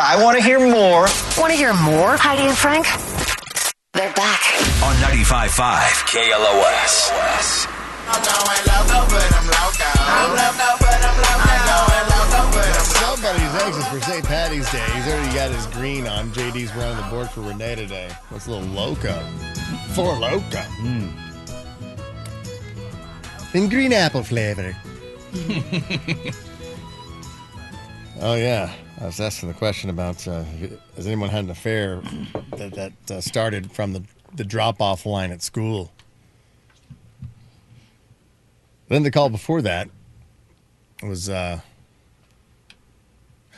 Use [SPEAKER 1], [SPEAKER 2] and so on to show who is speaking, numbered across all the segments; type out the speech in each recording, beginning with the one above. [SPEAKER 1] I want to hear more.
[SPEAKER 2] Want to hear more, Heidi and Frank? They're back.
[SPEAKER 3] on 95.5 KLOS.
[SPEAKER 4] Somebody's anxious for St. Patty's Day. He's already got his green on. JD's running the board for Renee today. That's a little loco. For loco. Hmm. In green apple flavor. oh, yeah. I was asking the question about uh, has anyone had an affair that, that uh, started from the, the drop off line at school? Then the call before that was. Uh,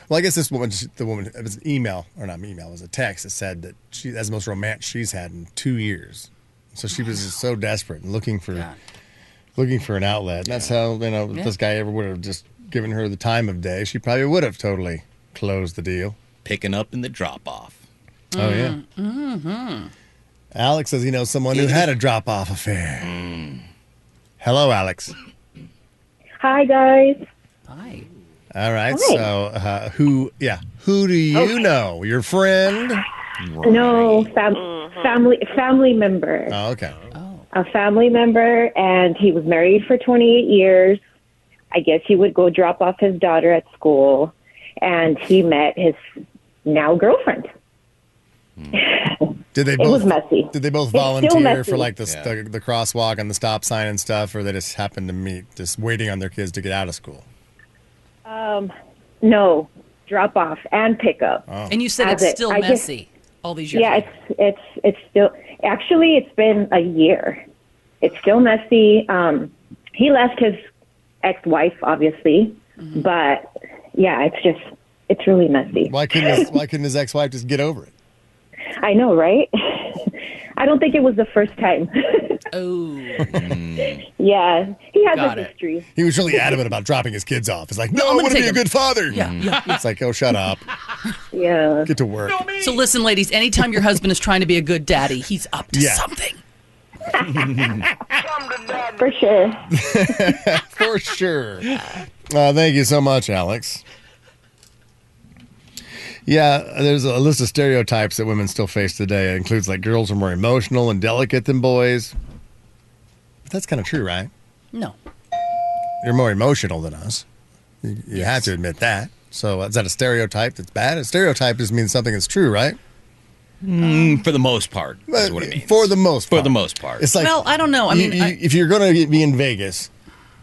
[SPEAKER 4] well, I guess this woman, the woman, it was an email, or not an email, it was a text that said that she, that's the most romance she's had in two years. So she was just so desperate and looking for, looking for an outlet. And that's how, you know, if this guy ever would have just given her the time of day, she probably would have totally closed the deal.
[SPEAKER 5] Picking up in the drop off.
[SPEAKER 4] Oh, yeah. Mm-hmm. Alex says he knows someone who had a drop off affair. Hello, Alex.
[SPEAKER 6] Hi guys.
[SPEAKER 7] Hi.
[SPEAKER 4] All right. So, uh, who, yeah, who do you know? Your friend?
[SPEAKER 6] No fam- family family member.
[SPEAKER 4] Oh, okay.
[SPEAKER 6] A family member, and he was married for 28 years. I guess he would go drop off his daughter at school, and he met his now girlfriend.
[SPEAKER 4] Did they
[SPEAKER 6] It was
[SPEAKER 4] both?
[SPEAKER 6] messy.
[SPEAKER 4] Did they both
[SPEAKER 6] It's still
[SPEAKER 4] volunteer
[SPEAKER 6] messy.
[SPEAKER 4] for like the, the the crosswalk and the stop sign and stuff, or they just happened to meet, just waiting on their kids to get out of school?
[SPEAKER 6] No, drop off and pick up.
[SPEAKER 7] And you said
[SPEAKER 6] As
[SPEAKER 7] it's
[SPEAKER 6] it-
[SPEAKER 7] still
[SPEAKER 6] I guess-
[SPEAKER 7] messy. all these years.
[SPEAKER 6] Yeah,
[SPEAKER 7] later.
[SPEAKER 6] it's it's it's still actually it's been a year. It's still messy. Um, he left his ex-wife, obviously, but yeah, it's just it's really messy.
[SPEAKER 4] Why couldn't his, Why couldn't his ex wife just get over it?
[SPEAKER 6] I know, right? I don't think it was the first time.
[SPEAKER 7] oh,
[SPEAKER 6] yeah, he has
[SPEAKER 7] Got
[SPEAKER 6] a
[SPEAKER 7] it.
[SPEAKER 6] history.
[SPEAKER 4] He was really adamant about dropping his kids off. It's like, no,
[SPEAKER 7] I'm
[SPEAKER 4] I
[SPEAKER 7] gonna
[SPEAKER 4] want to be
[SPEAKER 7] take
[SPEAKER 4] a good father.
[SPEAKER 7] yeah, yeah.
[SPEAKER 4] It's like, oh, shut up,
[SPEAKER 6] Yeah,
[SPEAKER 4] get to work.
[SPEAKER 7] So listen, ladies. Anytime your husband is trying to be a good daddy, he's up to
[SPEAKER 4] Yeah.
[SPEAKER 7] something.
[SPEAKER 6] for sure.
[SPEAKER 4] for sure. Uh, thank you so much, Alex. Yeah, there's a list of stereotypes that women still face today. It includes like girls are more emotional and delicate than boys. But that's kind of true, right?
[SPEAKER 7] No.
[SPEAKER 4] You're more emotional than us. You, you have to admit that. So uh, is that a stereotype that's bad? A stereotype just means something that's true, right?
[SPEAKER 5] Mm, For the most part, is
[SPEAKER 4] But
[SPEAKER 5] what it means.
[SPEAKER 4] For the most
[SPEAKER 5] For
[SPEAKER 4] part.
[SPEAKER 5] the most part.
[SPEAKER 4] It's like
[SPEAKER 7] well, I don't know. I
[SPEAKER 4] you-
[SPEAKER 7] mean,
[SPEAKER 4] you-
[SPEAKER 7] I,
[SPEAKER 4] if you're going to be in Vegas,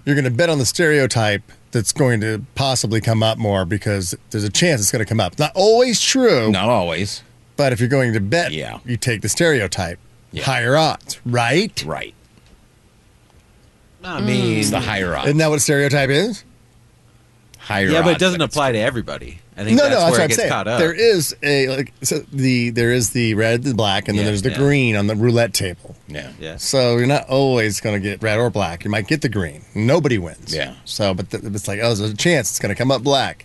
[SPEAKER 4] you're going to bet on the stereotype that's going to possibly come up more because there's a chance it's going to come up. Not always true,
[SPEAKER 5] Not always.
[SPEAKER 4] but if you're going to bet,
[SPEAKER 5] Yeah.
[SPEAKER 4] you take the stereotype.
[SPEAKER 5] Yeah.
[SPEAKER 4] Higher odds, right?
[SPEAKER 5] Right. I mean, it's the higher odds.
[SPEAKER 4] Isn't that what a stereotype is?
[SPEAKER 5] higher
[SPEAKER 8] Yeah, but it
[SPEAKER 5] odds
[SPEAKER 8] doesn't
[SPEAKER 5] that it's-
[SPEAKER 8] apply to everybody. I think that's where it gets caught up.
[SPEAKER 4] There is a like so the there is the red, the black, and then
[SPEAKER 5] Yeah,
[SPEAKER 4] there's the
[SPEAKER 5] yeah.
[SPEAKER 4] green on the roulette table.
[SPEAKER 5] Yeah.
[SPEAKER 8] yeah.
[SPEAKER 4] So you're not always going to get red or black. You might get the green. Nobody wins.
[SPEAKER 5] Yeah.
[SPEAKER 4] So, but th- it's like, oh, there's a chance it's going to come up black.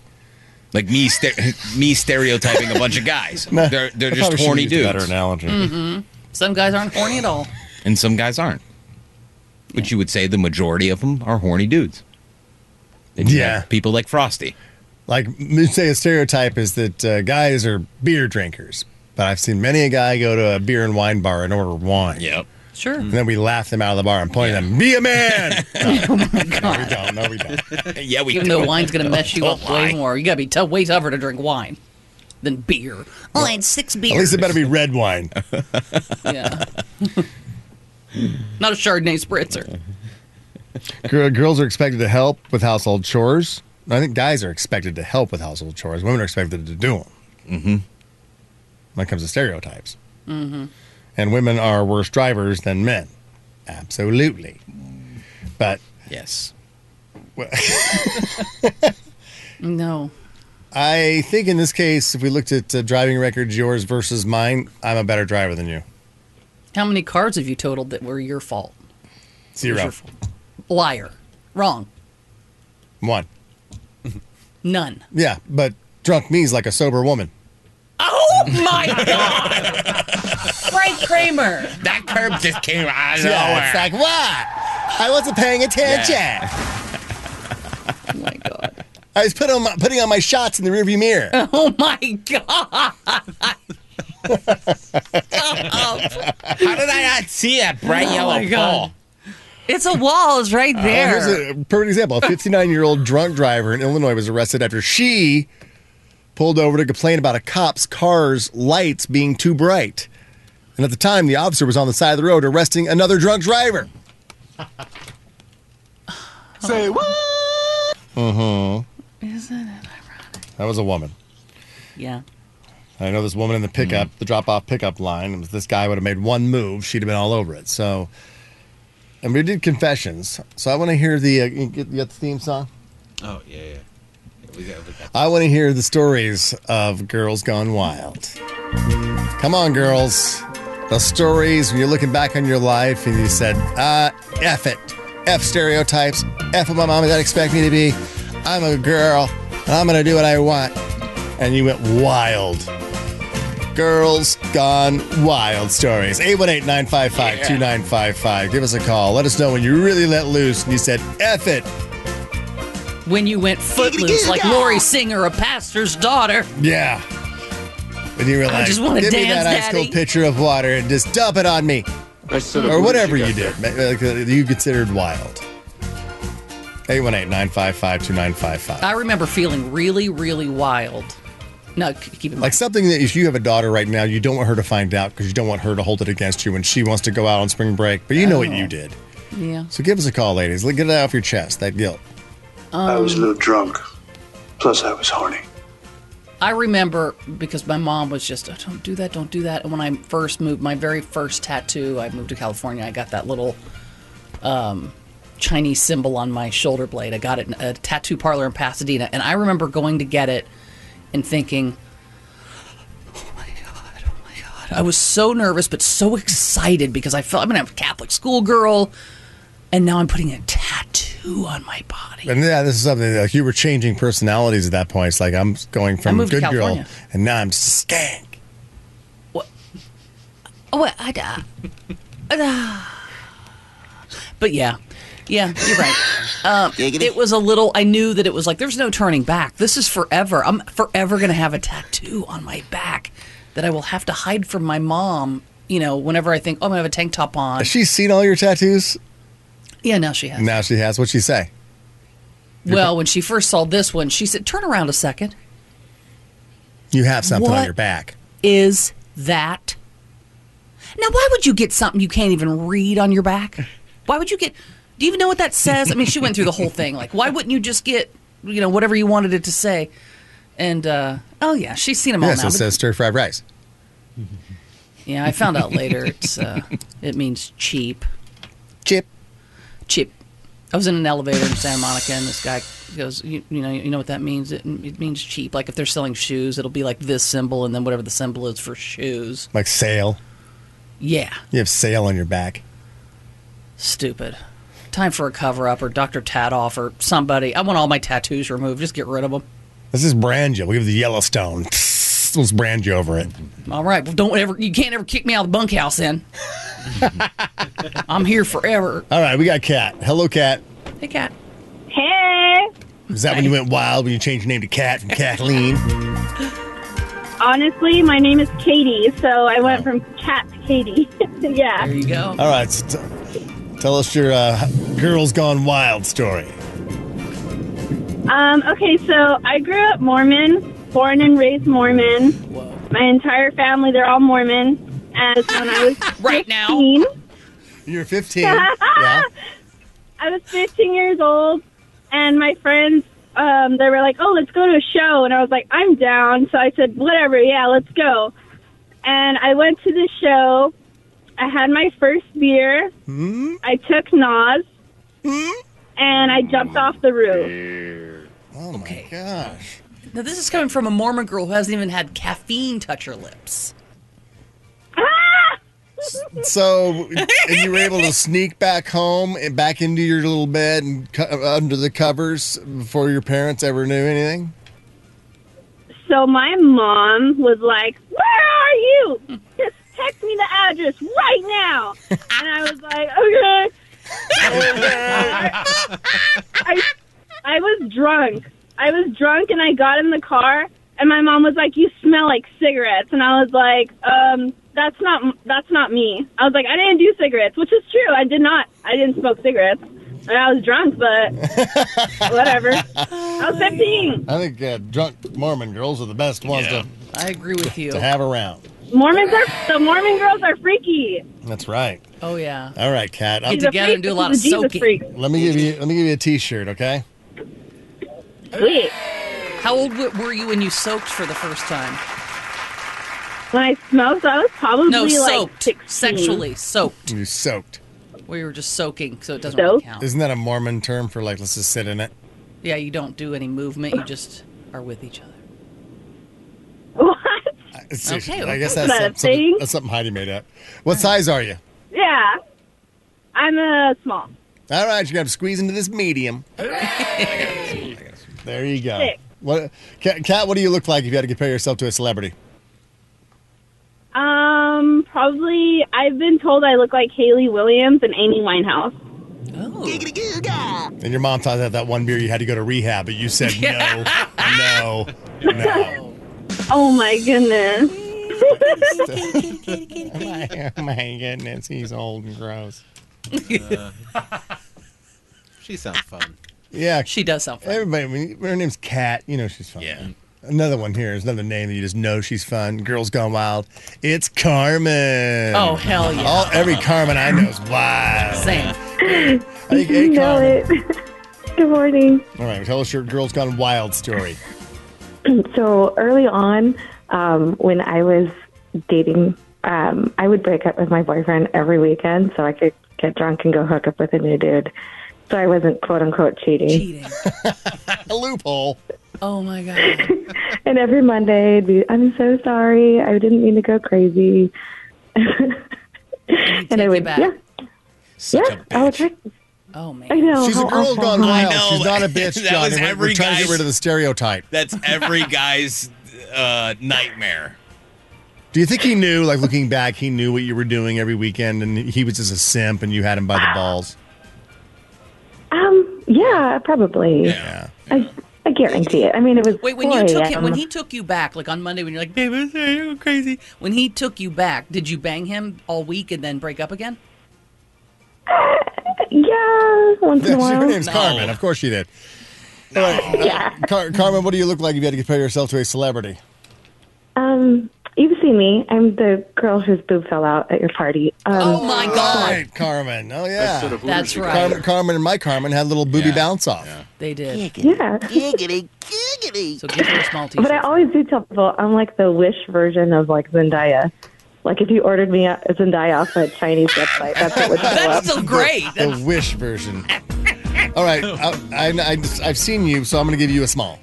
[SPEAKER 5] Like me, ste- me stereotyping a bunch of guys. they're they're just
[SPEAKER 4] I probably should've
[SPEAKER 5] horny
[SPEAKER 4] used a
[SPEAKER 5] dudes,
[SPEAKER 4] Better analogy.
[SPEAKER 7] some guys aren't horny at all.
[SPEAKER 5] and some guys aren't. But you would say the majority of them are horny dudes. And you
[SPEAKER 4] Yeah.
[SPEAKER 5] have people like Frosty.
[SPEAKER 4] Like, you say a stereotype is that uh, guys are beer drinkers, but I've seen many a guy go to a beer and wine bar and order wine.
[SPEAKER 5] Yep.
[SPEAKER 7] Sure.
[SPEAKER 4] And then we laugh them out of the bar and point at them, be a man. no, we don't. No, we don't.
[SPEAKER 5] yeah, we
[SPEAKER 7] Oh, Even
[SPEAKER 5] do.
[SPEAKER 7] though wine's going to mess you
[SPEAKER 5] Don't
[SPEAKER 7] up
[SPEAKER 5] lie.
[SPEAKER 7] way more. You got to be t- way tougher to drink wine than beer. Oh, I had six beers.
[SPEAKER 4] At least it better be red wine.
[SPEAKER 7] Yeah. Not a Chardonnay spritzer.
[SPEAKER 4] Gir- Girls are expected to help with household chores. I think guys are expected to help with household chores. Women are expected to do them. Mm-hmm. When it comes to stereotypes. Mm-hmm. And women are worse drivers than men. Absolutely. But
[SPEAKER 5] Yes.
[SPEAKER 7] No.
[SPEAKER 4] I think in this case, if we looked at uh, driving records, yours versus mine, I'm a better driver than you.
[SPEAKER 7] How many cars have you totaled that were your fault?
[SPEAKER 4] Zero.
[SPEAKER 7] your Liar. Wrong.
[SPEAKER 4] One.
[SPEAKER 7] None.
[SPEAKER 4] Yeah, but drunk me's like a sober woman.
[SPEAKER 7] Oh my God! Frank Kramer.
[SPEAKER 5] That curb just came out of
[SPEAKER 4] Yeah,
[SPEAKER 5] nowhere.
[SPEAKER 4] it's like, what? I wasn't paying attention.
[SPEAKER 7] Oh my God.
[SPEAKER 4] I I was putting on my, putting on my shots in the rearview mirror.
[SPEAKER 7] Oh my god!
[SPEAKER 5] How did I not see that bright
[SPEAKER 7] Oh
[SPEAKER 5] yellow
[SPEAKER 7] my God.
[SPEAKER 5] ball?
[SPEAKER 7] It's a wall. It's right there.
[SPEAKER 4] Here's a perfect example. A 59 year old drunk driver in Illinois was arrested after she pulled over to complain about a cop's car's lights being too bright. And at the time, the officer was on the side of the road arresting another drunk driver.
[SPEAKER 8] Say what?
[SPEAKER 7] Isn't it?
[SPEAKER 4] Uh-huh. That was a woman.
[SPEAKER 7] Yeah.
[SPEAKER 4] I know this woman in the pickup,
[SPEAKER 8] Mm-hmm.
[SPEAKER 4] the drop off pickup line. and If this guy would have made one move, she'd have been all over it. So, and we did confessions. So I want to hear the, uh, you get, you got the theme song?
[SPEAKER 8] Oh yeah, yeah. yeah we got, we got
[SPEAKER 4] I want to hear the stories of girls gone wild. Come on, girls. The stories when you're looking back on your life and you said, ah, F it. F stereotypes. F what my mom and dad expect me to be. I'm a girl and I'm going to do what I want. And you went wild. Girls gone wild stories. 818 955 2955. Give us a call. Let us know when you really let loose and you said, F it.
[SPEAKER 7] When you went footloose like Lori Singer, a pastor's daughter.
[SPEAKER 4] Yeah. And you were like,
[SPEAKER 7] just wanna
[SPEAKER 4] give me
[SPEAKER 7] dance,
[SPEAKER 4] that ice cold
[SPEAKER 7] Daddy."
[SPEAKER 4] pitcher of water and just dump it on me. Or whatever you did. ma- Like, uh, you considered wild. 818 955 2955.
[SPEAKER 7] I remember feeling really, really wild. No, c- keep in mind.
[SPEAKER 4] Like something that if you have a daughter right now, you don't want her to find out because you don't want her to hold it against you when she wants to go out on spring break. But you know what you did.
[SPEAKER 7] Oh. yeah.
[SPEAKER 4] So give us a call, ladies. Let- Get it off your chest, that guilt.
[SPEAKER 1] I was a little drunk. Plus, I was horny.
[SPEAKER 7] I remember because my mom was just, "Oh, don't do that, don't do that. And when I first moved, my very first tattoo, I moved to California. I got that little um, Chinese symbol on my shoulder blade. I got it in a tattoo parlor in Pasadena. And I remember going to get it and thinking, oh my God, oh my God. I was so nervous, but so excited because I felt I'm going to have a Catholic schoolgirl. And now I'm putting a tattoo on my body.
[SPEAKER 4] And yeah, this is something like you were changing personalities at that point. It's like I'm going from
[SPEAKER 7] moved to
[SPEAKER 4] good girl
[SPEAKER 7] California.
[SPEAKER 4] and now I'm skank.
[SPEAKER 7] Oh, wait, I, uh, but yeah, yeah, you're right. Um, it was a little. I knew that it was like there's no turning back. This is forever. I'm forever gonna have a tattoo on my back that I will have to hide from my mom. You know, whenever I think, oh, I'm gonna have a tank top on.
[SPEAKER 4] Has she seen all your tattoos?
[SPEAKER 7] yeah, now she has.
[SPEAKER 4] Now she has. What'd she say?
[SPEAKER 7] Well, when she first saw this one, she said, "Turn around a second.
[SPEAKER 4] You have something on
[SPEAKER 7] What?
[SPEAKER 4] your back.
[SPEAKER 7] Is that?" Now, why would you get something you can't even read on your back? Why would you get? Do you even know what that says? I mean, she went through the whole thing. Like, why wouldn't you just get, you know, whatever you wanted it to say? And uh, oh yeah, she's seen them all
[SPEAKER 4] Yes,
[SPEAKER 7] now.
[SPEAKER 4] it
[SPEAKER 7] but-
[SPEAKER 4] says stir fried rice.
[SPEAKER 7] yeah, I found out later. It's uh, it means cheap.
[SPEAKER 4] Chip.
[SPEAKER 7] cheap. I was in an elevator in Santa Monica, and this guy goes, "You, you know, you know what that means? It, it means cheap. Like if they're selling shoes, it'll be like this symbol, and then whatever the symbol is for shoes.
[SPEAKER 4] Like sail.
[SPEAKER 7] Yeah,
[SPEAKER 4] You have sail on your back.
[SPEAKER 7] stupid. Time for a cover up, or Doctor Tadoff, or somebody. I want all my tattoos removed. Just get rid of them.
[SPEAKER 4] This is brand you. We have the Yellowstone. Let's brand you over it.
[SPEAKER 7] All right. Well, don't ever. You can't ever kick me out of the bunkhouse. Then I'm here forever.
[SPEAKER 4] All right, we got Kat. Hello, Kat.
[SPEAKER 7] Hey, cat.
[SPEAKER 9] Hey,
[SPEAKER 4] Is that when you went wild when you changed your name to Kat from Kathleen?
[SPEAKER 9] honestly, my name is Katie, so I went from cat to Katie.
[SPEAKER 7] There
[SPEAKER 9] yeah.
[SPEAKER 7] you go.
[SPEAKER 4] All right, so t- tell us your uh, girls gone wild story.
[SPEAKER 9] Um, okay, so I grew up Mormon, born and raised Mormon. My entire family, they're all Mormon. And when I was
[SPEAKER 7] Right now.
[SPEAKER 9] 15,
[SPEAKER 4] You're 15. yeah.
[SPEAKER 9] I was 15 years old, and my friends, um, they were like, "Oh, let's go to a show," and I was like, "I'm down." So I said, "Whatever, yeah, let's go." And I went to the show. I had my first beer. I took Nas, and I jumped off the roof.
[SPEAKER 4] Oh, my
[SPEAKER 7] Okay.
[SPEAKER 4] gosh.
[SPEAKER 7] Now this is coming from a Mormon girl who hasn't even had caffeine touch her lips.
[SPEAKER 4] So, and you were able to sneak back home and back into your little bed and co- under the covers before your parents ever knew anything?
[SPEAKER 9] So my mom was like, "Where are you? Just text me the address right now." and I was like, "Okay." I, I was drunk. I was drunk and I got in the car and my mom was like, "You smell like cigarettes," and I was like, um, "That's not that's not me." I was like, "I didn't do cigarettes," which is true. I did not. I didn't smoke cigarettes. And I was drunk, but whatever. I was 15.
[SPEAKER 4] I think uh, drunk Mormon girls are the best ones
[SPEAKER 7] I agree with you.
[SPEAKER 4] to, to have around.
[SPEAKER 9] Mormons are the Mormon girls are freaky.
[SPEAKER 4] That's right.
[SPEAKER 7] Oh yeah.
[SPEAKER 4] All right, Kat. I'll-
[SPEAKER 7] Get together and do a lot of
[SPEAKER 9] She's Jesus
[SPEAKER 7] soaking.
[SPEAKER 9] freak.
[SPEAKER 4] let me give you let me give you a T-shirt, okay?
[SPEAKER 9] Sweet.
[SPEAKER 7] How old w- were you when you soaked for the first time?
[SPEAKER 9] When I smoked, I was probably
[SPEAKER 7] No,
[SPEAKER 9] like
[SPEAKER 7] soaked
[SPEAKER 9] 16.
[SPEAKER 7] sexually soaked.
[SPEAKER 4] You soaked.
[SPEAKER 7] We were just soaking, so it doesn't really
[SPEAKER 9] Soaked?
[SPEAKER 7] count.
[SPEAKER 4] Isn't that a Mormon term for like let's just sit in it?
[SPEAKER 7] Yeah, you don't do any movement. You just are with each other.
[SPEAKER 9] What?
[SPEAKER 4] I- it's-
[SPEAKER 7] Okay,
[SPEAKER 4] I guess
[SPEAKER 7] okay.
[SPEAKER 4] that's some-
[SPEAKER 9] Is that a
[SPEAKER 4] something,
[SPEAKER 9] thing?
[SPEAKER 4] that's something Heidi made up. What size are you?
[SPEAKER 9] Yeah. I'm
[SPEAKER 6] uh,
[SPEAKER 9] a small.
[SPEAKER 4] All right, you got to squeeze into this medium. there you go.
[SPEAKER 9] Six.
[SPEAKER 4] What, Kat, Kat, what do you look like if you had to compare yourself to a celebrity?
[SPEAKER 9] Um, probably. I've been told I look like Haley Williams and Amy Winehouse.
[SPEAKER 7] Oh,
[SPEAKER 4] And your mom thought that that one beer you had to go to rehab, but you said no, no, no.
[SPEAKER 9] Oh my goodness.
[SPEAKER 4] Oh my, my goodness, he's old and gross.
[SPEAKER 8] She sounds fun.
[SPEAKER 4] Yeah,
[SPEAKER 7] she does sound fun.
[SPEAKER 4] everybody. When when her name's Kat, you know she's fun.
[SPEAKER 5] Yeah.
[SPEAKER 4] Another one here is another name that you just know she's fun. Girls Gone Wild. It's Carmen.
[SPEAKER 7] Oh hell yeah.
[SPEAKER 4] All every Carmen I know is wild.
[SPEAKER 7] Same.
[SPEAKER 4] Hey, hey,
[SPEAKER 6] You know
[SPEAKER 4] Carmen.
[SPEAKER 6] it. Good morning.
[SPEAKER 4] All right, tell us your Girls Gone Wild story.
[SPEAKER 6] So early on, um, when I was dating, um, I would break up with my boyfriend every weekend so I could get drunk and go hook up with a new dude. So I wasn't quote unquote cheating.
[SPEAKER 7] Cheating.
[SPEAKER 4] A loophole.
[SPEAKER 7] Oh my god.
[SPEAKER 6] And every Monday, I'd be, I'm so sorry. I didn't mean to go crazy.
[SPEAKER 7] You
[SPEAKER 6] And
[SPEAKER 7] take
[SPEAKER 6] I
[SPEAKER 7] it
[SPEAKER 6] would,
[SPEAKER 7] back.
[SPEAKER 6] yeah,
[SPEAKER 5] Such
[SPEAKER 6] yeah.
[SPEAKER 5] a
[SPEAKER 6] I would,
[SPEAKER 5] bitch.
[SPEAKER 6] try-
[SPEAKER 7] Oh
[SPEAKER 6] I
[SPEAKER 7] man.
[SPEAKER 6] know.
[SPEAKER 4] She's a
[SPEAKER 6] how
[SPEAKER 4] girl
[SPEAKER 6] awful.
[SPEAKER 4] gone
[SPEAKER 5] I
[SPEAKER 4] wild.
[SPEAKER 5] know.
[SPEAKER 4] She's not a bitch,
[SPEAKER 5] That
[SPEAKER 4] John.
[SPEAKER 5] was
[SPEAKER 4] We're- we're,
[SPEAKER 5] every
[SPEAKER 4] trying to
[SPEAKER 5] guy's-
[SPEAKER 4] get rid of the stereotype.
[SPEAKER 5] That's every guy's uh, nightmare.
[SPEAKER 4] Do you think he knew, like looking back, he knew what you were doing every weekend and he was just a simp and you had him by
[SPEAKER 5] Ah.
[SPEAKER 4] the balls?
[SPEAKER 6] Um, yeah, probably.
[SPEAKER 4] Yeah.
[SPEAKER 6] I, I guarantee it. I mean, it was.
[SPEAKER 7] Wait, when
[SPEAKER 6] boy,
[SPEAKER 7] you took him, when
[SPEAKER 6] um,
[SPEAKER 7] he took you back, like on Monday, when you're like, "Babe, I'm sorry, you're crazy," when he took you back, did you bang him all week and then break up again?
[SPEAKER 6] Yeah, once in a
[SPEAKER 4] Her
[SPEAKER 6] while.
[SPEAKER 4] name's Carmen. Of course she did.
[SPEAKER 6] Yeah.
[SPEAKER 4] Car- Carmen, what do you look like if you had to compare yourself to a celebrity?
[SPEAKER 6] Um, you've seen me. I'm the girl whose boob fell out at your party. Um,
[SPEAKER 7] Oh my
[SPEAKER 4] All
[SPEAKER 7] god.
[SPEAKER 4] right, Carmen. Oh, yeah.
[SPEAKER 7] That's right.
[SPEAKER 4] Carmen, Carmen and my Carmen had a little booby
[SPEAKER 5] Yeah.
[SPEAKER 4] bounce off.
[SPEAKER 7] They did.
[SPEAKER 6] yeah.
[SPEAKER 7] So give her a small t-shirt.
[SPEAKER 6] But I always do tell people I'm like the wish version of like Zendaya. Like if you ordered me a Zendaya off a Chinese website, that's what would show up.
[SPEAKER 7] That's still great. That's-
[SPEAKER 4] The wish version. All right. I, I, I just, I've seen you, so I'm going to give you a small.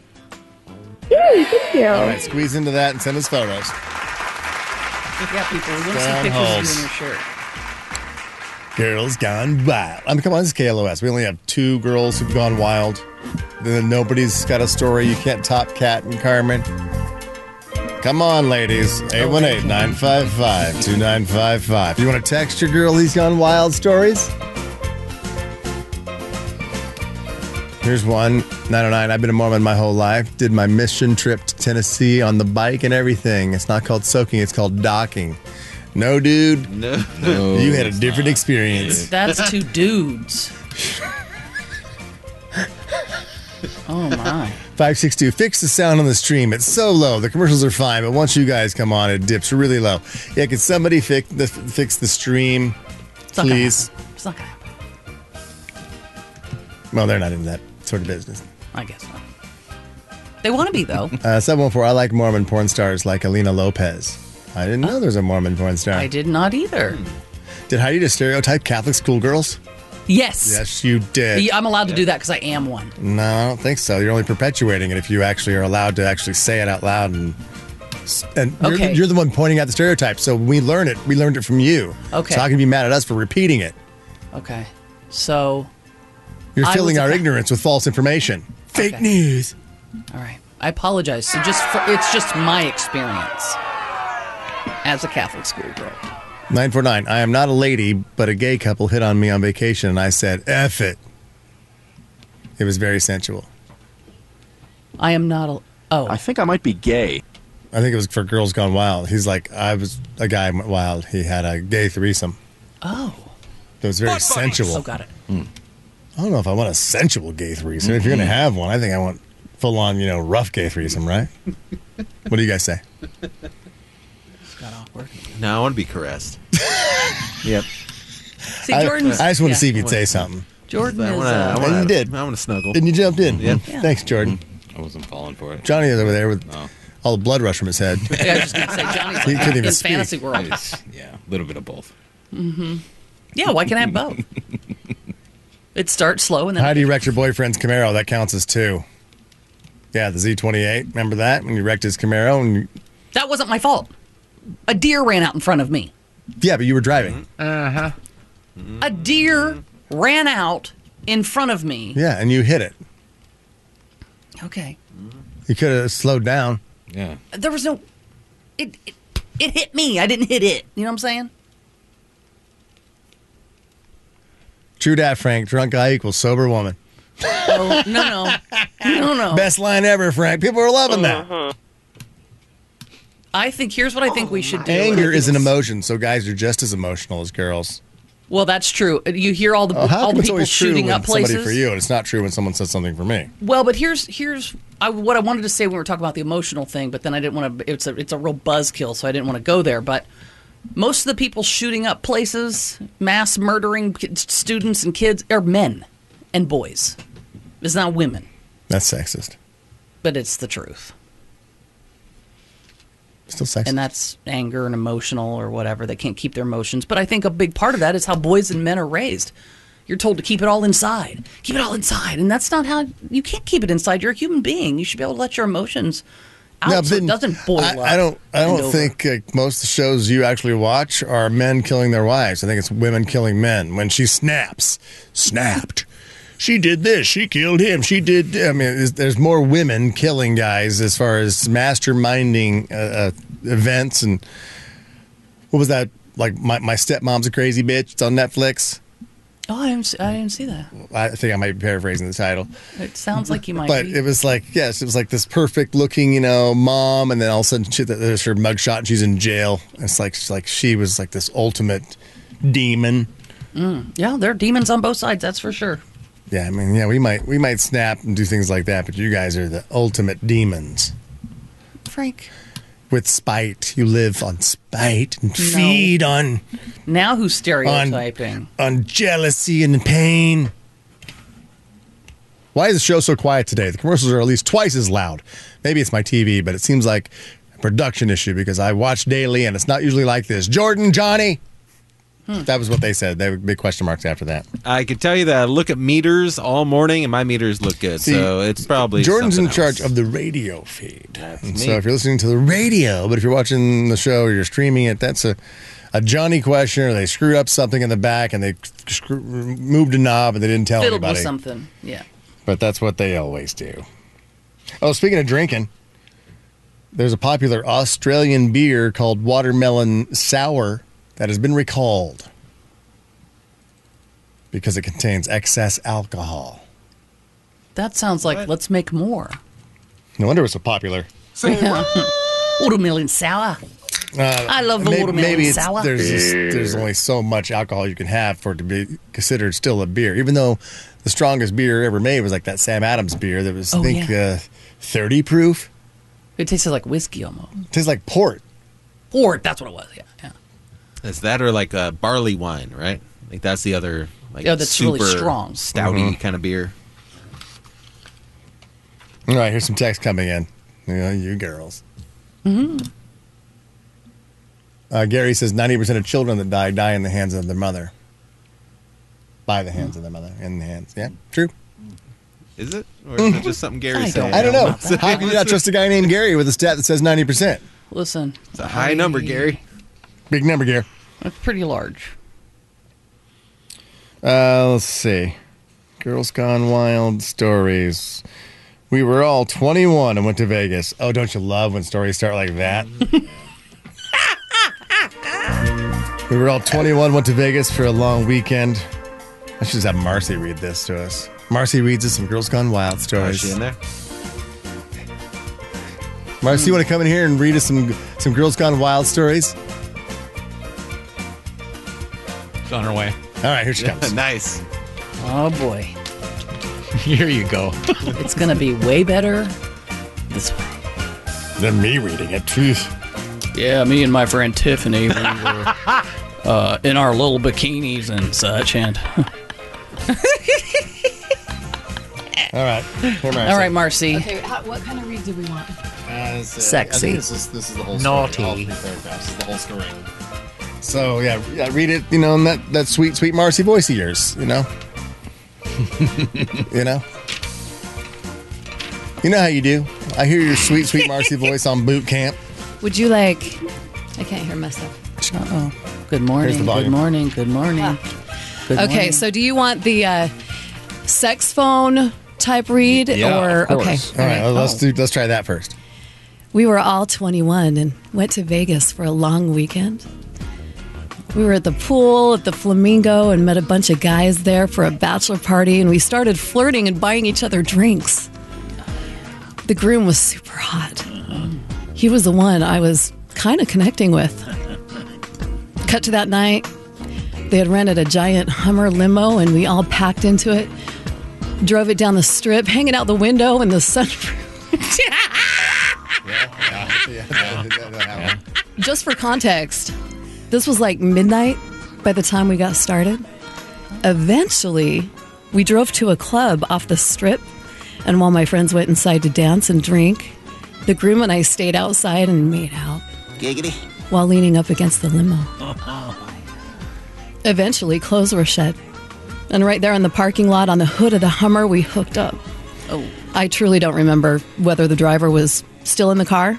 [SPEAKER 6] Yay, thank you.
[SPEAKER 4] All right, squeeze into that and send us photos.
[SPEAKER 7] yeah, people, we want to see
[SPEAKER 4] Down
[SPEAKER 7] pictures
[SPEAKER 4] holes.
[SPEAKER 7] of you in your shirt.
[SPEAKER 4] Girls gone wild. I mean, come on, this is KLOS. We only have two girls who've gone wild. Then nobody's got a story. You can't top Kat and Carmen. Come on, ladies. 818 955 2955. You want to text your girl these gone wild stories? Here's one 909. I've been a Mormon my whole life. Did my mission trip to Tennessee on the bike and everything. It's not called soaking, it's called docking. No, dude.
[SPEAKER 8] No.
[SPEAKER 4] You had a different experience.
[SPEAKER 7] That's two dudes. oh my.
[SPEAKER 4] 562, fix the sound on the stream. It's so low. The commercials are fine, but once you guys come on, it dips really low. Yeah, could somebody fix the, fix the stream,
[SPEAKER 7] It's not gonna
[SPEAKER 4] please?
[SPEAKER 7] happen. It's not gonna happen.
[SPEAKER 4] Well, they're not into that sort of business.
[SPEAKER 7] I guess not. They want to be though.
[SPEAKER 4] Uh, 714, I like Mormon porn stars like Alina Lopez. I didn't know there's a Mormon porn star.
[SPEAKER 7] I did not either.
[SPEAKER 4] Hmm. Did Heidi just stereotype Catholic schoolgirls?
[SPEAKER 7] Yes.
[SPEAKER 4] Yes, Hmm. you did.
[SPEAKER 7] Yeah, I'm allowed to do that because I am one.
[SPEAKER 4] No, I don't think so. You're only perpetuating it if you actually are allowed to actually say it out loud and. And you're,
[SPEAKER 7] Okay.
[SPEAKER 4] you're the one pointing out the stereotype, so we learn it. We learned it from you.
[SPEAKER 7] Okay.
[SPEAKER 4] So how can you be mad at us for repeating it?
[SPEAKER 7] Okay. So,
[SPEAKER 4] You're
[SPEAKER 7] I
[SPEAKER 4] filling
[SPEAKER 7] was a
[SPEAKER 4] our
[SPEAKER 7] pa-
[SPEAKER 4] ignorance with false information. Fake
[SPEAKER 7] Okay.
[SPEAKER 4] news.
[SPEAKER 7] all right. I apologize. So just for, it's just my experience as a Catholic schoolgirl.
[SPEAKER 4] 949. I am not a lady, but a gay couple hit on me on vacation and I said, F it. It was very sensual.
[SPEAKER 7] I am not. A, oh,
[SPEAKER 10] I think I might be gay.
[SPEAKER 4] I think it was for Girls Gone Wild. He's like, I was a guy went wild. He had a gay threesome.
[SPEAKER 7] oh,
[SPEAKER 4] It was very sensual.
[SPEAKER 7] Oh, got it.
[SPEAKER 4] I don't know if I want a sensual gay threesome. If you're
[SPEAKER 7] Mm-hmm.
[SPEAKER 4] gonna have one, I think I want full on, you know, rough gay threesome, right? what do you guys say?
[SPEAKER 7] Got awkward.
[SPEAKER 8] No, I want to be caressed.
[SPEAKER 10] Yep.
[SPEAKER 7] See,
[SPEAKER 4] I,
[SPEAKER 7] Jordan's.
[SPEAKER 4] I just want
[SPEAKER 7] yeah.
[SPEAKER 4] to see if you'd say something.
[SPEAKER 7] Jordan
[SPEAKER 8] I
[SPEAKER 7] is.
[SPEAKER 8] want to. I
[SPEAKER 7] Uh,
[SPEAKER 8] wanna,
[SPEAKER 4] And you did.
[SPEAKER 8] I want to snuggle.
[SPEAKER 4] And you jumped in.
[SPEAKER 8] Yeah.
[SPEAKER 4] Thanks, Jordan.
[SPEAKER 7] Mm-hmm.
[SPEAKER 5] I wasn't falling for it.
[SPEAKER 4] Johnny is over there with
[SPEAKER 7] Oh.
[SPEAKER 4] all the blood rush from his head.
[SPEAKER 7] yeah, I was just gonna say Johnny's
[SPEAKER 4] He couldn't
[SPEAKER 7] like,
[SPEAKER 4] even
[SPEAKER 7] in
[SPEAKER 4] speak.
[SPEAKER 7] fantasy world.
[SPEAKER 5] It's- yeah, a little bit of both.
[SPEAKER 7] Yeah, why can't I have both? It starts slow and then
[SPEAKER 4] How do you wreck your boyfriend's Camaro? That counts as two. Yeah, the Z28. Remember that when you wrecked his Camaro? And you,
[SPEAKER 7] that wasn't my fault. A deer ran out in front of me.
[SPEAKER 4] yeah, but you were driving.
[SPEAKER 7] Mm-hmm. A deer ran out in front of me.
[SPEAKER 4] Yeah, and you hit it.
[SPEAKER 7] Okay.
[SPEAKER 4] You could have slowed down.
[SPEAKER 5] Yeah.
[SPEAKER 7] There was no. It, it it hit me. I didn't hit it. You know what I'm saying?
[SPEAKER 4] True dat, Frank. Drunk guy equals sober woman.
[SPEAKER 7] Oh no no no no.
[SPEAKER 4] Best line ever, Frank. People are loving that.
[SPEAKER 7] Uh-huh. I think here's what I think we should do.
[SPEAKER 4] Anger is an emotion, so guys are just as emotional as girls.
[SPEAKER 7] Well, that's true. You hear all the
[SPEAKER 4] Oh, how
[SPEAKER 7] all
[SPEAKER 4] come
[SPEAKER 7] the
[SPEAKER 4] it's
[SPEAKER 7] people
[SPEAKER 4] always true
[SPEAKER 7] shooting
[SPEAKER 4] when
[SPEAKER 7] up
[SPEAKER 4] somebody
[SPEAKER 7] places
[SPEAKER 4] for you, and it's not true when someone says something for me?
[SPEAKER 7] Well, but here's here's I, what I wanted to say when we were talking about the emotional thing, but then I didn't want to. It's a it's a real buzzkill, so I didn't want to go there. But most of the people shooting up places, mass murdering ki- students and kids are men and boys. It's not women,
[SPEAKER 4] That's sexist.
[SPEAKER 7] but it's the truth,
[SPEAKER 4] Still sexist.
[SPEAKER 7] and that's anger and emotional or whatever. They can't keep their emotions, but I think a big part of that is how boys and men are raised. You're told to keep it all inside, keep it all inside, and that's not how you can't keep it inside. You're a human being. You should be able to let your emotions. Out,
[SPEAKER 4] No, but
[SPEAKER 7] so it
[SPEAKER 4] then
[SPEAKER 7] doesn't boil
[SPEAKER 4] I,
[SPEAKER 7] up.
[SPEAKER 4] I don't. I
[SPEAKER 7] and
[SPEAKER 4] don't
[SPEAKER 7] over.
[SPEAKER 4] think uh, most of the shows you actually watch are men killing their wives. I think it's women killing men. When she snaps, snapped. She did this. She killed him. She did. I mean, there's, there's more women killing guys as far as masterminding uh, uh, events and what was that? Like my my stepmom's a crazy bitch. It's on Netflix.
[SPEAKER 7] Oh, I didn't, see, I didn't see that.
[SPEAKER 4] I think I might be paraphrasing the title.
[SPEAKER 7] It sounds like you might
[SPEAKER 4] But
[SPEAKER 7] be.
[SPEAKER 4] it was like, yes, it was like this perfect looking, you know, mom, and then all of a sudden she, there's her mugshot and she's in jail. And It's like she's like she was like this ultimate demon.
[SPEAKER 7] yeah, there are demons on both sides, that's for sure.
[SPEAKER 4] Yeah, I mean, yeah, we might we might snap and do things like that, but you guys are the ultimate demons.
[SPEAKER 7] Frank,
[SPEAKER 4] With spite, you live on spite and feed on
[SPEAKER 7] now who's stereotyping?
[SPEAKER 4] on jealousy and pain. Why is the show so quiet today? The commercials are at least twice as loud. Maybe it's my TV, but it seems like a production issue because I watch daily and it's not usually like this. Jordan, Johnny.
[SPEAKER 8] Hmm.
[SPEAKER 4] That was what they said. They would big question marks after that.
[SPEAKER 8] I can tell you that I look at meters all morning, and my meters look good.
[SPEAKER 4] See,
[SPEAKER 8] so it's probably
[SPEAKER 4] Jordan's in
[SPEAKER 8] something
[SPEAKER 4] charge
[SPEAKER 8] else.
[SPEAKER 4] of the radio feed. And so
[SPEAKER 8] me.
[SPEAKER 4] if you're listening to the radio, but if you're watching the show or you're streaming it, that's a, a Johnny question or they screwed up something in the back and they screw, moved a knob and they didn't tell
[SPEAKER 7] Fiddled
[SPEAKER 4] anybody.
[SPEAKER 7] with something. Yeah.
[SPEAKER 4] But that's what they always do. Oh, speaking of drinking, there's a popular Australian beer called Watermelon Sour that has been recalled because it contains excess alcohol.
[SPEAKER 7] That sounds like
[SPEAKER 8] What?
[SPEAKER 7] let's make more.
[SPEAKER 4] No wonder it's so popular.
[SPEAKER 7] Watermelon sour. I love the
[SPEAKER 4] Uh, May-
[SPEAKER 7] watermelon
[SPEAKER 4] maybe it's,
[SPEAKER 7] sour.
[SPEAKER 4] There's, just, there's only so much alcohol you can have for it to be considered still a beer, even though the strongest beer ever made was like that Sam Adams beer that was, I
[SPEAKER 7] Oh,
[SPEAKER 4] think, uh,
[SPEAKER 7] yeah.
[SPEAKER 4] 30 proof.
[SPEAKER 7] It tastes like whiskey almost.
[SPEAKER 4] tastes like port.
[SPEAKER 7] Or that's what it was. Yeah. yeah.
[SPEAKER 8] Is that or like a barley wine, right? Like that's the other like
[SPEAKER 7] Yeah, that's
[SPEAKER 8] super
[SPEAKER 7] really strong.
[SPEAKER 8] stouty
[SPEAKER 4] Mm-hmm.
[SPEAKER 8] kind of beer.
[SPEAKER 4] All right, here's some text coming in. You, know, you girls. Uh, Gary says 90% of children that die die in the hands of their mother. By the hands of their mother. In the hands. Yeah, true.
[SPEAKER 8] Is it or is it just something Gary
[SPEAKER 7] I
[SPEAKER 8] said?
[SPEAKER 7] don't
[SPEAKER 4] Mm-hmm. I don't know.
[SPEAKER 7] about that.
[SPEAKER 4] How can you not trust a guy named Gary with a stat that says 90%?
[SPEAKER 7] Listen,
[SPEAKER 8] It's a high number, Gary.
[SPEAKER 4] Big number, Gary.
[SPEAKER 7] that's pretty large.
[SPEAKER 4] Uh, let's see. Girls Gone Wild stories. We were all 21 and went to Vegas. Oh, don't you love when stories start like that? we were all 21, went to Vegas for a long weekend. I should just have Marcy read this to us. Marcy reads us some Girls Gone Wild
[SPEAKER 8] Is
[SPEAKER 4] stories.
[SPEAKER 8] she in there?
[SPEAKER 4] Marcy, you want to come in here and read us some some Girls Gone Wild stories?
[SPEAKER 11] It's on her way.
[SPEAKER 4] All right, here she comes.
[SPEAKER 8] nice.
[SPEAKER 7] Oh boy.
[SPEAKER 11] Here you go.
[SPEAKER 7] it's gonna be way better this way.
[SPEAKER 4] Than me reading it, truth.
[SPEAKER 7] Yeah, me and my friend Tiffany we were uh, in our little bikinis and such, and
[SPEAKER 4] all right,
[SPEAKER 7] all right, Marcy.
[SPEAKER 9] Okay, how, what kind of read do we want?
[SPEAKER 7] Sexy.
[SPEAKER 4] this, is, this is the whole
[SPEAKER 11] Naughty.
[SPEAKER 4] story. All three paragraphs. This is the whole story. So yeah, yeah, read it. You know, in that that sweet, sweet Marcy voice of yours. You know, you know, you know how you do. I hear your sweet, sweet Marcy voice on boot camp.
[SPEAKER 9] Would you like? I can't hear myself.
[SPEAKER 7] Uh oh. Good morning. Good
[SPEAKER 4] volume.
[SPEAKER 7] morning. Good morning. Good
[SPEAKER 9] okay,
[SPEAKER 7] morning.
[SPEAKER 9] so do you want the uh, sex phone type read or okay?
[SPEAKER 4] All right, let's do. Let's try that first.
[SPEAKER 9] We were all 21 and went to Vegas for a long weekend. We were at the pool at the Flamingo and met a bunch of guys there for a bachelor party, and we started flirting and buying each other drinks. The groom was super hot. He was the one I was kind of connecting with. Cut to that night, they had rented a giant Hummer limo, and we all packed into it, drove it down the strip, hanging out the window in the sunroof. Just for context, this was like midnight by the time we got started. Eventually, we drove to a club off the strip, and while my friends went inside to dance and drink, the groom and I stayed outside and made out
[SPEAKER 12] Giggity.
[SPEAKER 9] while leaning up against the limo. Eventually, clothes were shed. And right there in the parking lot on the hood of the Hummer, we hooked up.
[SPEAKER 7] Oh.
[SPEAKER 9] I truly don't remember whether the driver was still in the car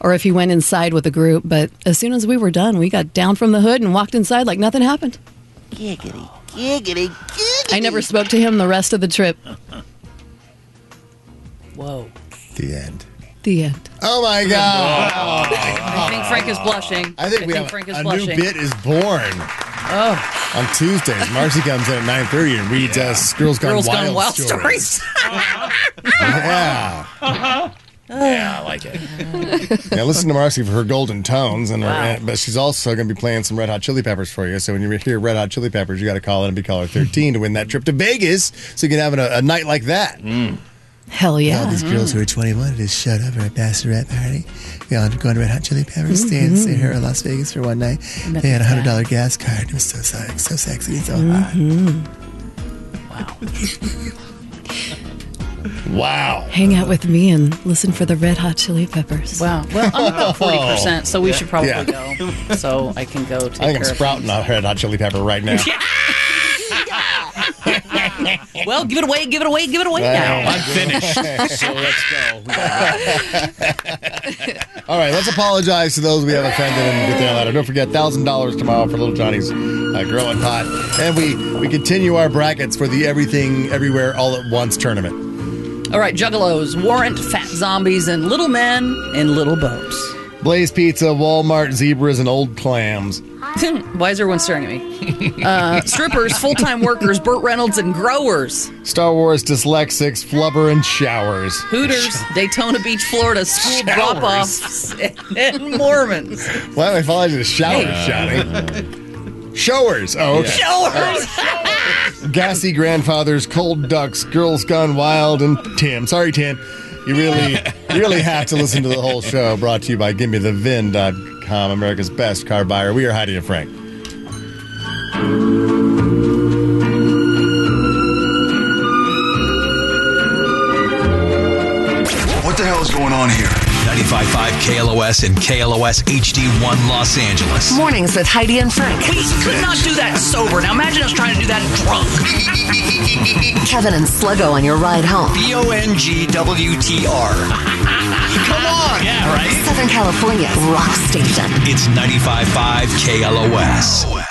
[SPEAKER 9] or if he went inside with the group, but as soon as we were done, we got down from the hood and walked inside like nothing happened.
[SPEAKER 12] Giggity. Giggity.
[SPEAKER 9] I never spoke to him the rest of the trip.
[SPEAKER 7] Whoa.
[SPEAKER 4] The end.
[SPEAKER 9] The end.
[SPEAKER 4] Oh my God!
[SPEAKER 7] I think Frank is blushing.
[SPEAKER 4] I think we have
[SPEAKER 7] Frank is
[SPEAKER 4] a new
[SPEAKER 7] blushing.
[SPEAKER 4] bit is born.
[SPEAKER 7] Oh.
[SPEAKER 4] On Tuesdays, Marcy comes in at nine thirty and reads us "Girls Gone
[SPEAKER 7] Girls
[SPEAKER 4] Wild"
[SPEAKER 7] Gone Wild
[SPEAKER 4] stories.
[SPEAKER 7] stories. Uh-huh.
[SPEAKER 4] yeah.
[SPEAKER 7] yeah,
[SPEAKER 13] I like it.
[SPEAKER 4] Now listen to Marcy for her golden tones, and her-
[SPEAKER 13] Wow.
[SPEAKER 4] and- but she's also going to be playing some Red Hot Chili Peppers for you. So when you hear Red Hot Chili Peppers, you got to call in and be caller thirteen to win that trip to Vegas, so you can have a, a night like that.
[SPEAKER 9] Hell yeah.
[SPEAKER 4] All these girls who are twenty one just showed up at a bachelorette party. We all going to Red Hot Chili Peppers,
[SPEAKER 9] stay and stay here
[SPEAKER 4] in Las Vegas for one night.
[SPEAKER 9] Nothing They had a hundred
[SPEAKER 4] dollar gas card. It was so sexy, so sexy, so Wow.
[SPEAKER 9] Hang out with me and listen for the Red Hot Chili Peppers.
[SPEAKER 7] Wow. Well, I'm about forty percent, so we should probably
[SPEAKER 4] Yeah.
[SPEAKER 7] go. So I can go. Take
[SPEAKER 4] I think I'm
[SPEAKER 7] care
[SPEAKER 4] sprouting a Red Hot Chili Pepper right now.
[SPEAKER 7] Of well, give it away. Give it away. Give it away
[SPEAKER 4] Wow.
[SPEAKER 7] now.
[SPEAKER 4] I'm finished, so
[SPEAKER 11] let's go.
[SPEAKER 4] All right, let's apologize to those we have offended and get that letter. Don't forget, thousand dollars tomorrow for Little Johnny's uh, Growing Pot, and we we continue our brackets for the Everything Everywhere All at Once tournament.
[SPEAKER 7] All right, Juggalos, Warrant, Fat Zombies, and Little Men in Little Boats.
[SPEAKER 4] Blaze Pizza, Walmart zebras, and old clams.
[SPEAKER 7] Why is everyone staring at me? Uh, strippers, full-time workers, Burt Reynolds, and growers.
[SPEAKER 4] Star Wars dyslexics, flubber, and showers.
[SPEAKER 7] Hooters, Daytona Beach, Florida, school drop-offs, and Mormons.
[SPEAKER 4] Why am I falling into showers,
[SPEAKER 7] Hey.
[SPEAKER 4] Johnny? Showers. Oh, okay.
[SPEAKER 7] Showers.
[SPEAKER 4] Gassy grandfathers, cold ducks, girls gone wild, and Tim. Sorry, Tim. You really, you really have to listen to the whole show. Brought to you by GimmeTheVin.com, America's best car buyer. We are Heidi and Frank.
[SPEAKER 5] What the hell is going on here? 95.5 KLOS and KLOS HD1 Los Angeles.
[SPEAKER 2] Mornings with Heidi and Frank.
[SPEAKER 7] We could not do that sober. Now imagine us trying to do that drunk.
[SPEAKER 2] Kevin and Sluggo on your ride home.
[SPEAKER 5] B O N G W T R. Come on. Yeah, right?
[SPEAKER 2] Southern California rock station.
[SPEAKER 5] It's 95.5 KLOS.